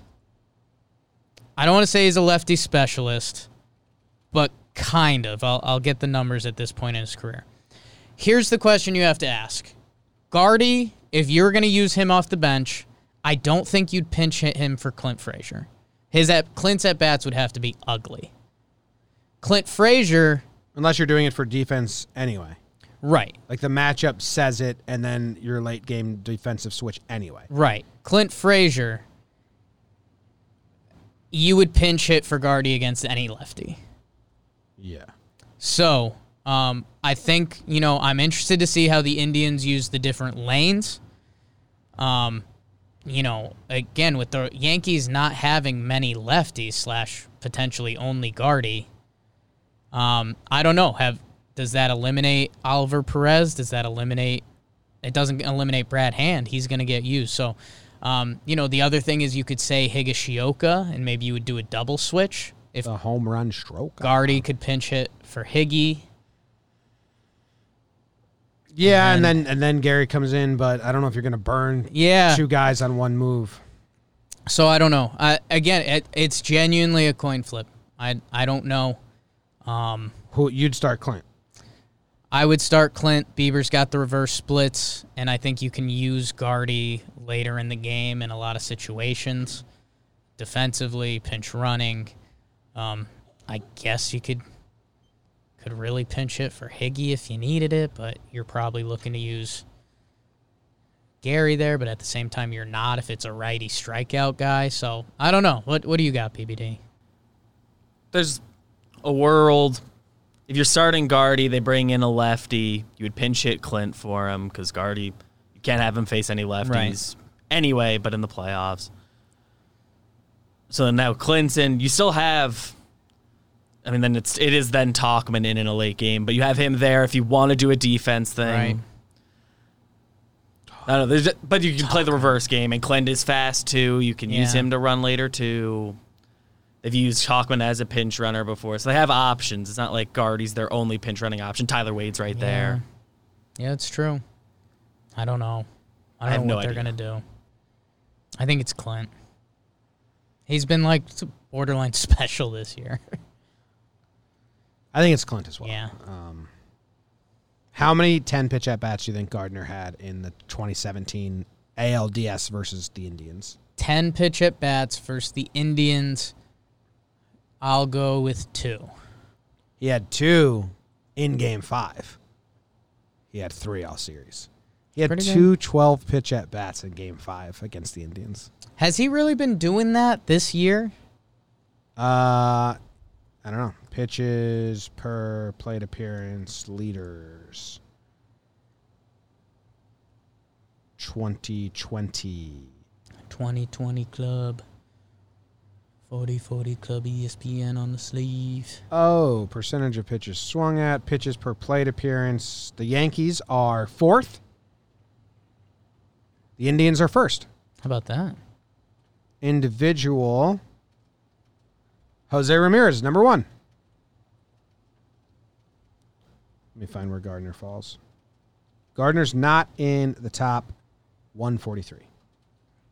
I don't want to say he's a lefty specialist, but kind of. I'll, I'll get the numbers at this point in his career. Here's the question you have to ask Guardy, if you're going to use him off the bench, I don't think you'd pinch hit him for Clint Frazier. His at Clint's at bats would have to be ugly. Clint Frazier,
unless you're doing it for defense anyway.
Right.
Like the matchup says it, and then your late game defensive switch anyway.
Right. Clint Frazier, you would pinch hit for Guardy against any lefty.
Yeah.
So um, I think, you know, I'm interested to see how the Indians use the different lanes. Um, you know, again, with the Yankees not having many lefties slash potentially only Guardy, um, I don't know. Have does that eliminate Oliver Perez? Does that eliminate? It doesn't eliminate Brad Hand. He's going to get used. So, um, you know, the other thing is you could say Higashioka, and maybe you would do a double switch if
a home run stroke.
Guardy could pinch hit for Higgy.
Yeah, and, then and then Gary comes in, but I don't know if you're going to burn
Yeah.
two guys on one move.
So I don't know. I, again, it, it's genuinely a coin flip. I I don't know. Um,
Who you'd start Clint?
I would start Clint. Bieber's got the reverse splits, and I think you can use Guardy later in the game in a lot of situations, defensively, pinch running. Um, I guess you could could really pinch it for Higgy if you needed it, but you're probably looking to use Gary there. But at the same time, you're not if it's a righty strikeout guy. So I don't know. What what do you got, PBD?
There's a world. If you're starting Guardy, they bring in a lefty. You would pinch hit Clint for him because Guardy, you can't have him face any lefties
Right.
anyway. But in the playoffs, so then now Clint's in. You still have. I mean, then it's it is then Talkman in in a late game, but you have him there if you want to do a defense thing.
Right.
I don't know, there's, but you can play the reverse game, and Clint is fast too. You can use
Yeah.
him to run later too. They've used Talkman as a pinch runner before, so they have options. It's not like Guardy's their only pinch running option. Tyler Wade's right there.
Yeah, it's true. I don't know. I
I
don't
have
know
no
what they're
idea.
gonna do. I think it's Clint. He's been like s- borderline special this year.
I think it's Clint as well.
Yeah.
Um, how many 10 pitch at bats do you think Gardner had in the 2017 ALDS versus the Indians?
Ten pitch at bats versus the Indians. I'll go with two.
He had two in game five. He had three all series. He had
Pretty good.
two 12 pitch at bats in game five against the Indians.
Has he really been doing that this year?
Uh, I don't know. Pitches per plate appearance leaders. 2020.
Twenty twenty club. Forty forty club E ESPN on the sleeve.
Oh, percentage of pitches swung at, pitches per plate appearance. The Yankees are fourth. The Indians are first.
How about that?
Individual. Jose Ramirez, number one. Let me find where Gardner falls. Gardner's not in the top 143.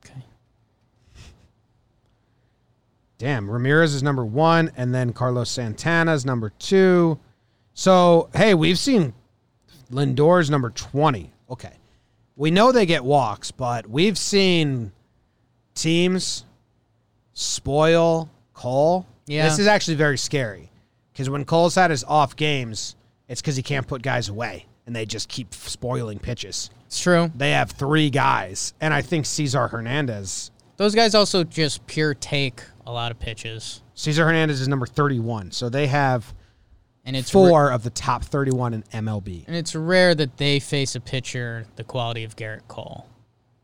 Okay.
Damn, Ramirez is number one, and then Carlos Santana's number two. So, hey, we've seen Lindor's number 20. Okay. We know they get walks, but we've seen teams spoil Cole.
Yeah.
This is actually very scary because when Cole's had his off games, it's because he can't put guys away and they just keep spoiling pitches.
It's true.
They have three guys, and I think Cesar Hernandez.
Those guys also just pure take a lot of pitches.
Cesar Hernandez is number 31. So they have
And it's
four of the top 31 in MLB.
And it's rare that they face a pitcher the quality of Garrett Cole.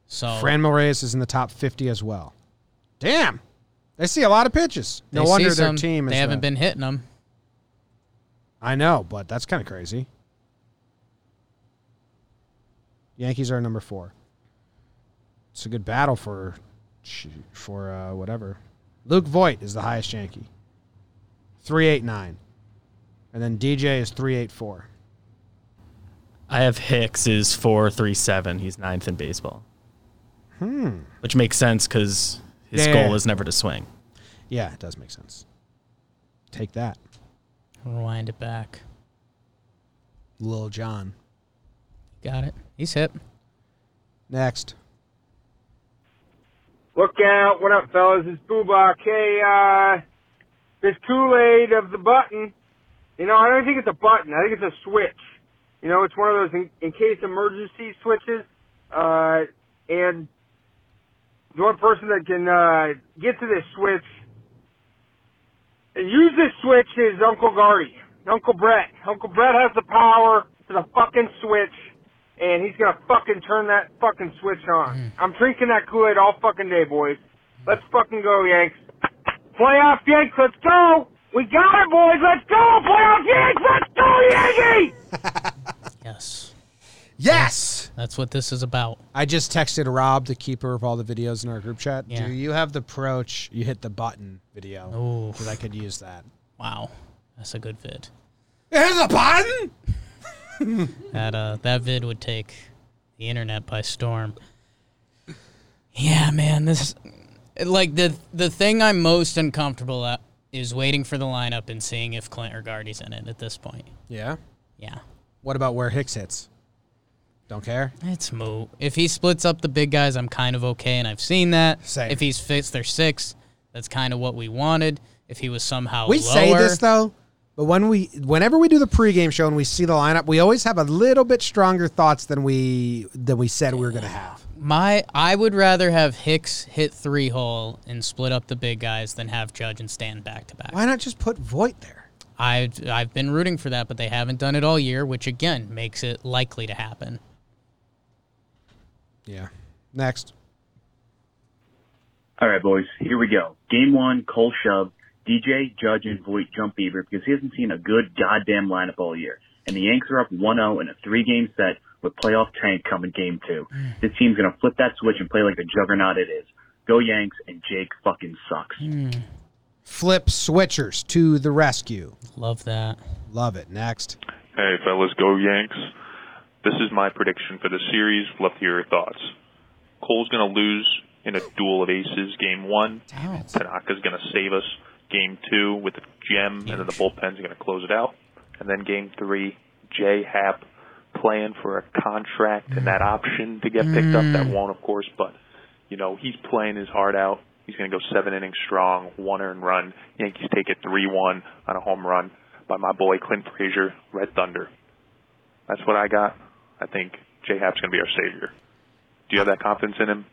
So
Fran Moraes is in the top 50 as well. Damn. They see a lot of pitches.
they
No
see
wonder their
some,
team is.
They haven't
uh,
been hitting them.
I know, but that's kind of crazy. Yankees are number four. It's a good battle for for uh, whatever. Luke Voigt is the highest Yankee. Three eight nine, and then DJ is three eight four.
I have Hicks is four three seven. He's ninth in baseball,
Hmm.
which makes sense because his
Yeah.
goal is never to swing.
Yeah, it does make sense. Take that,
Rewind it back.
Lil John.
Got it. He's hit.
Next.
Look out. What up, fellas? It's Boobach. Hey, uh, this Kool-Aid of the button, you know, I don't think it's a button. I think it's a switch. You know, it's one of those in, in case emergency switches. Uh, and the one person that can, uh, get to this switch and use this switch is Uncle Gardy, Uncle Brett. Uncle Brett has the power to the fucking switch, and he's gonna fucking turn that fucking switch on. I'm drinking that Kool-Aid all fucking day, boys. Let's fucking go, Yanks. Playoff Yanks, let's go! We got it, boys! Let's go! Playoff Yanks, let's go, Yankees!
Yes.
Yes.
That's what this is about.
I just texted Rob, the keeper of all the videos in our group chat.
Yeah.
Do you have the approach? You hit the button video
Ooh.
because I could use that.
Wow. That's a good vid.
Here's the button.
That uh that vid would take the internet by storm.
Ah,
Yeah, man, this Uh, like the the thing I'm most uncomfortable at is waiting for the lineup and seeing if Clint or Gardy's in it at this point.
Yeah.
Yeah.
What about where Hicks hits? Don't care.
It's moot. If he splits up the big guys, I'm kind of okay, and I've seen that.
Same.
If he's fits their six, that's kind of what we wanted. If he was somehow
we
lower,
say this though, but when we, whenever we do the pregame show and we see the lineup, we always have a little bit stronger thoughts than we than we said we were gonna have.
my I would rather have Hicks hit three hole and split up the big guys than have Judge and Stand back to back.
Why not just put Voight there?
I've I've been rooting for that, but they haven't done it all year, which again makes it likely to happen.
Yeah. Next.
All right, boys, here we go. Game one, Cole Shove, DJ, Judge, and Voight jump Beaver because he hasn't seen a good goddamn lineup all year. And the Yanks are up 1-0 in a three-game set with playoff tank coming game two. This team's going to flip that switch and play like the juggernaut it is. Go Yanks, and Jake fucking sucks.
Flip switchers to the rescue.
Love that.
Love it. Next.
Hey, fellas, go Yanks. This is my prediction for the series. Love to hear your thoughts. Cole's going to lose in a duel of aces game one. Tanaka's going to save us game two with a gem, and then the bullpen's going to close it out. And then game three, J Hap playing for a contract and that option to get picked up. That
Mm.
won't, of course, but, you know, he's playing his heart out. He's going to go seven innings strong, one earned run. Yankees take it 3 1 on a home run by my boy Clint Frazier, Red Thunder. That's what I got. I think J Hap's going to be our savior. Do you have that confidence in him?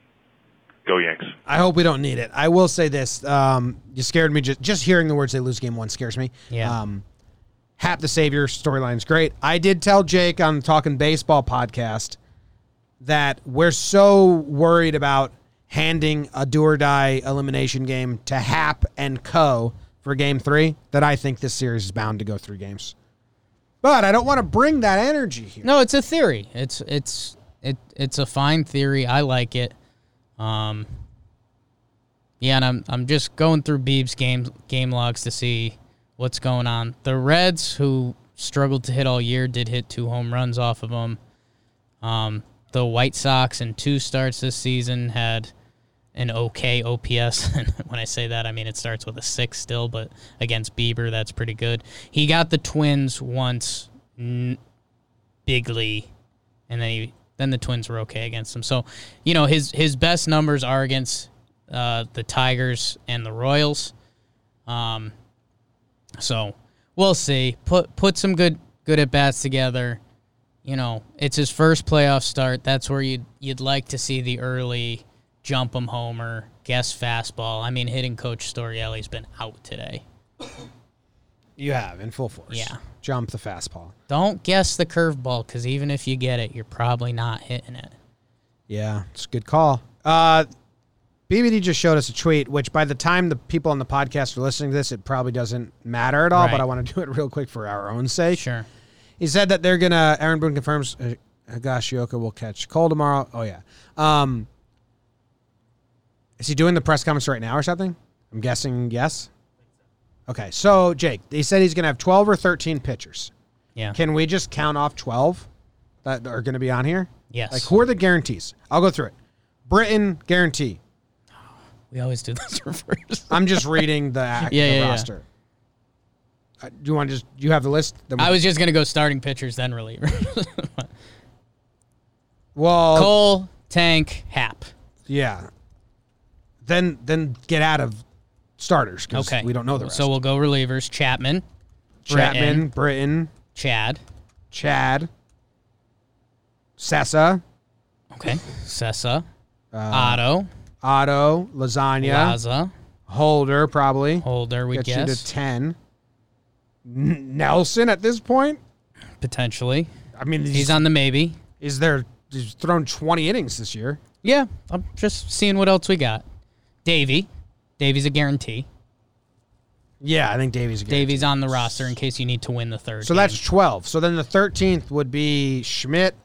Go Yanks.
I hope we don't need it. I will say this. Um, you scared me just just hearing the words they lose game one scares me.
Yeah.
Um, Hap the Savior storyline's great. I did tell Jake on the Talking Baseball podcast that we're so worried about handing a do or die elimination game to Hap and Co. for game three that I think this series is bound to go three games. But I don't want to bring that energy here.
No, it's a theory. It's it's it it's a fine theory. I like it. Um Yeah, and I'm I'm just going through Beeb's game game logs to see what's going on. The Reds who struggled to hit all year did hit two home runs off of them. Um the White Sox in two starts this season had an okay OPS. And when I say that, I mean it starts with a six still, but against Bieber, that's pretty good. He got the Twins once n- bigly, and then he then the Twins were okay against him. So, you know his his best numbers are against uh, the Tigers and the Royals. Um, so we'll see. Put put some good good at bats together. You know, it's his first playoff start. That's where you'd you'd like to see the early jump 'em homer, guess fastball. I mean, hitting coach Storielli's been out today.
You have in full force. Yeah. Jump the fastball.
Don't guess the curveball because even if you get it, you're probably not hitting it.
Yeah, it's a good call. Uh, BBD just showed us a tweet, which by the time the people on the podcast are listening to this, it probably doesn't matter at all. But
Right.
I want to do it real quick for our own sake. Sure. He said that they're gonna. Aaron Boone confirms uh, Higashioka will catch Cole tomorrow. Oh yeah. Um, is he doing the press conference right now or something? I'm guessing yes. Okay, so Jake, he said he's gonna have 12 or 13 pitchers.
Yeah.
Can we just count off 12 that are gonna be on here?
Yes.
Like who are the guarantees? I'll go through it. Britain guarantee.
We always do this reverse.
I'm just reading the, act,
Yeah,
the
yeah, yeah.
roster. Uh, do you want to just you have the list? Then we-
I was just gonna go starting pitchers then reliever.
well
Cole, Tank, Hap.
Yeah. Then then get out of starters because
Okay.
we don't know the rest.
So we'll go relievers. Chapman.
Chapman,
Britton,
Britain,
Chad,
Chad, Sessa,
Okay. Sessa.
uh,
Otto.
Otto, Lasagna,
Laza.
Holder probably.
Holder, we
Gets you
guess.
to ten. N- Nelson at this point.
Potentially.
I mean,
He's on the maybe.
Is there? He's thrown twenty innings this year.
Yeah. I'm just seeing what else we got. Davy. Davy's a guarantee.
Yeah, I think Davy's a guarantee.
Davy's on the roster in case you need to win the third.
So
game.
that's twelve. So then the thirteenth would be Schmidt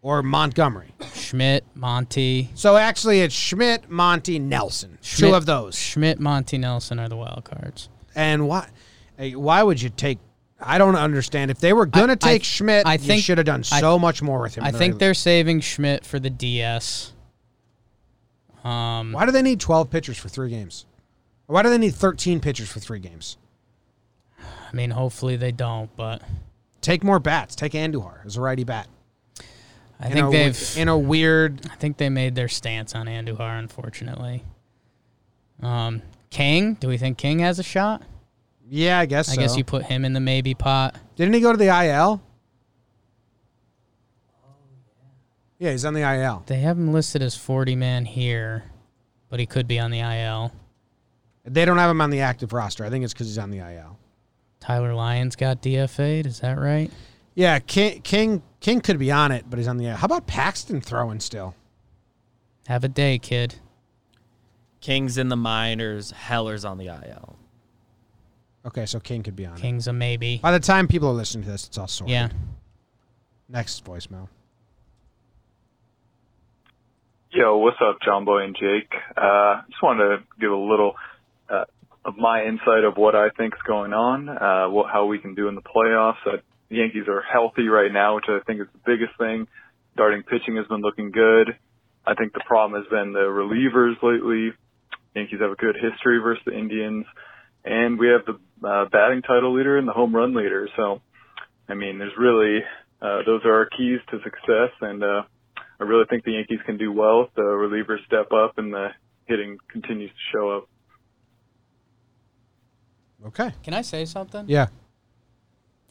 or Montgomery.
Schmidt, Monty.
So actually, it's Schmidt, Monty, Nelson.
Schmidt-
Two of those.
Schmidt, Monty, Nelson are the wild cards.
And why? eh, Why would you take? I don't understand. If they were gonna take Schmidt, I think should have done
I-
so much more with him.
I
than
think they're saving Schmidt for the DS. Um,
Why do they need twelve pitchers for three games? Why do they need thirteen pitchers for three games?
I mean, hopefully they don't, but
Take more bats. Take Andujar as a righty bat.
I
In
think
a-
they've
in a weird.
I think they made their stance on Andujar, unfortunately. Um, King, do we think King has a shot?
Yeah, I guess.
I guess
so.
you put him in the maybe pot.
Didn't he go to the IL? Yeah, he's on the IL.
They have him listed as forty man here, but he could be on the IL.
They don't have him on the active roster. I think it's because he's on the IL.
Tyler Lyons got DFA'd. Is that right?
Yeah, King King King could be on it, but he's on the IL. How about Paxton throwing still?
Have a day, kid.
King's in the minors. Heller's on the IL.
Okay, so King could be on
King's a maybe.
it. By the time people are listening to this, it's all sorted.
Yeah.
Next voicemail.
Yo, what's up, John Boy and Jake? Uh, just wanted to give a little uh, of my insight of what I think's going on, uh, what, how we can do in the playoffs. Uh, the Yankees are healthy right now, which I think is the biggest thing. Starting pitching has been looking good. I think the problem has been the relievers lately. Yankees have a good history versus the Indians, and we have the uh, batting title leader and the home run leader. So, I mean, there's really uh, those are our keys to success, and uh, I really think the Yankees can do well if the relievers step up and the hitting continues to show up.
Okay.
Can I say something?
Yeah.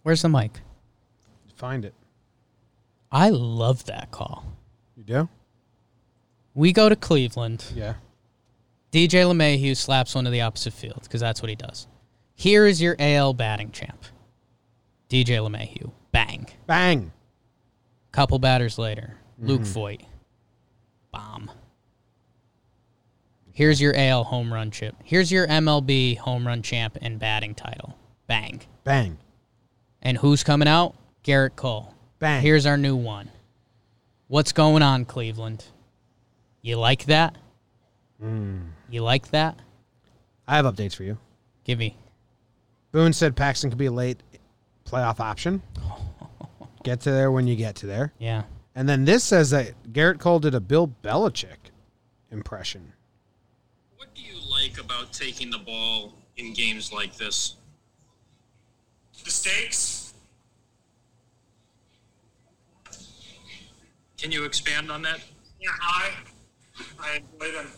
Where's the mic?
Find it.
I love that call.
You do?
We go to Cleveland.
Yeah.
DJ LeMahieu slaps one to the opposite field because that's what he does. Here is your AL batting champ, DJ LeMahieu. Bang.
Bang.
Couple batters later, Luke
Mhm.
Voigt. Bomb. Here's your AL home run chip. Here's your MLB home run champ and batting title. Bang.
Bang.
And who's coming out? Garrett Cole.
Bang.
Here's our new one. What's going on, Cleveland? You like that? You like that?
Mm. I have updates for you.
Give me.
Boone said Paxton could be a late playoff option. Get to there when you get to there.
Yeah.
And then this says that Garrett Cole did a Bill Belichick impression.
like about taking the ball in games like this? The stakes. Can you expand on that? Yeah, I, I enjoy them.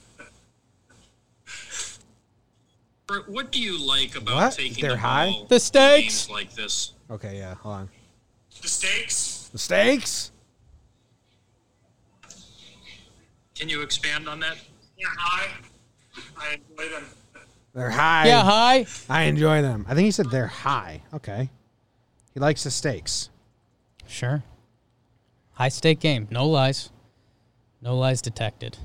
What do you like about
What?
taking
They're
the
high?
ball
The
in
stakes?
games like this?
Okay, yeah, hold on.
The stakes.
The stakes?
Can you expand on that? Yeah, I, I enjoy them.
They're high.
Yeah, high.
I enjoy them. I think he said they're high. Okay. He likes the steaks.
Sure. High stake game. No lies. No lies detected.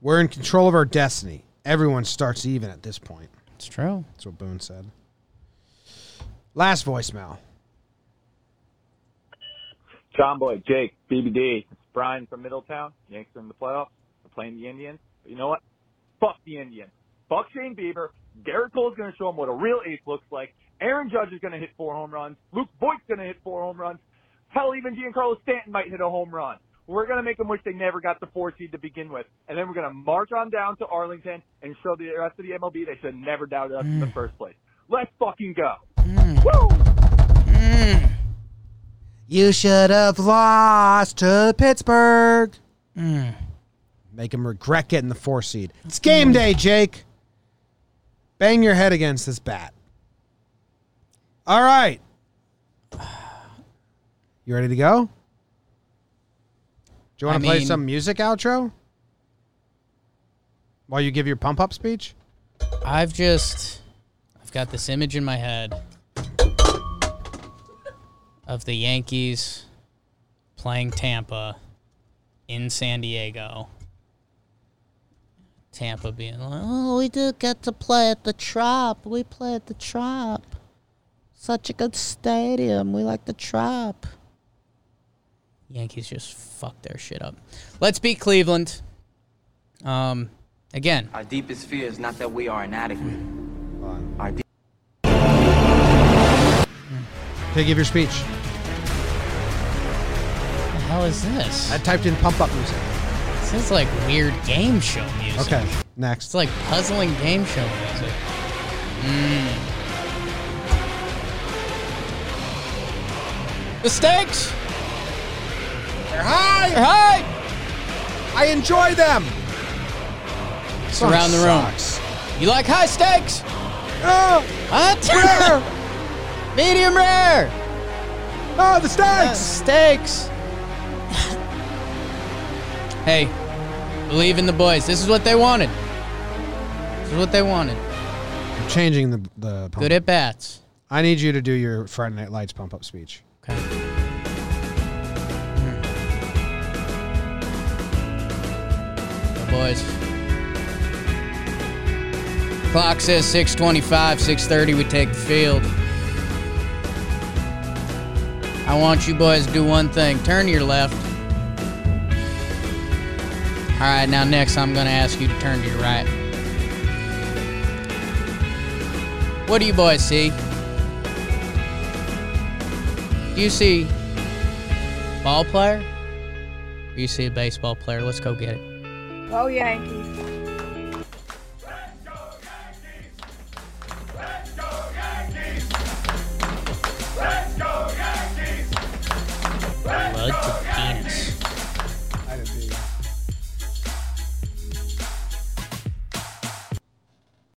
We're in control of our destiny. Everyone starts even at this point.
It's true.
That's what Boone said. Last voicemail.
Hmm. John Boy, Jake, BBD. It's Brian from Middletown. Yanks are in the playoffs. They're playing the Indians. But you know what? Fuck the Indians. Fuck Shane Bieber. Garrett Cole's going to show them what a real ace looks like. Aaron Judge is going to hit four home runs. Luke Voigt's going to hit four home runs. Hell, even Giancarlo Stanton might hit a home run. We're going to make them wish they never got the four seed to begin with. And then we're going to march on down to Arlington and show the rest of the MLB they should have never doubted us
Mm.
in the first place. Let's fucking go. Woo!
You should have lost to Pittsburgh.
Mm.
Make him regret getting the four seed. It's game day, Jake. Bang your head against this bat. All right. You ready to go? Do you want
I
to play
mean-
some music outro? While you give your pump up speech?
I've just I've got this image in my head of the Yankees playing Tampa in San Diego. Tampa being like,
Oh, we do get to play at the Trop. We play at the Trop. Such a good stadium. We like the Trop.
Yankees just fuck their shit up. Let's beat Cleveland. Um again.
Our deepest fear is not that we are inadequate. Our deep-
Okay, give your speech.
What the hell is this? I
typed in pump up music.
This is like weird game show music.
Okay, next.
It's like puzzling game show music. Mm. The stakes!
They're high! They're high! I enjoy them!
Surround the room. You like high stakes?
Oh!
rare! Medium rare!
Oh, the stakes!
stakes! Hey, believe in the boys. This is what they wanted. This is what they wanted.
I'm changing the, the pump
Good at bats.
I need you to do your Friday Night Lights pump up speech.
boys. Clock says 625, 630, we take the field. I want you boys to do one thing. Turn to your left. Alright, now next I'm gonna ask you to turn to your right. What do you boys see? Do you see ball player? Or you see a baseball player? Let's go get it.
Go Yankees.
Blood to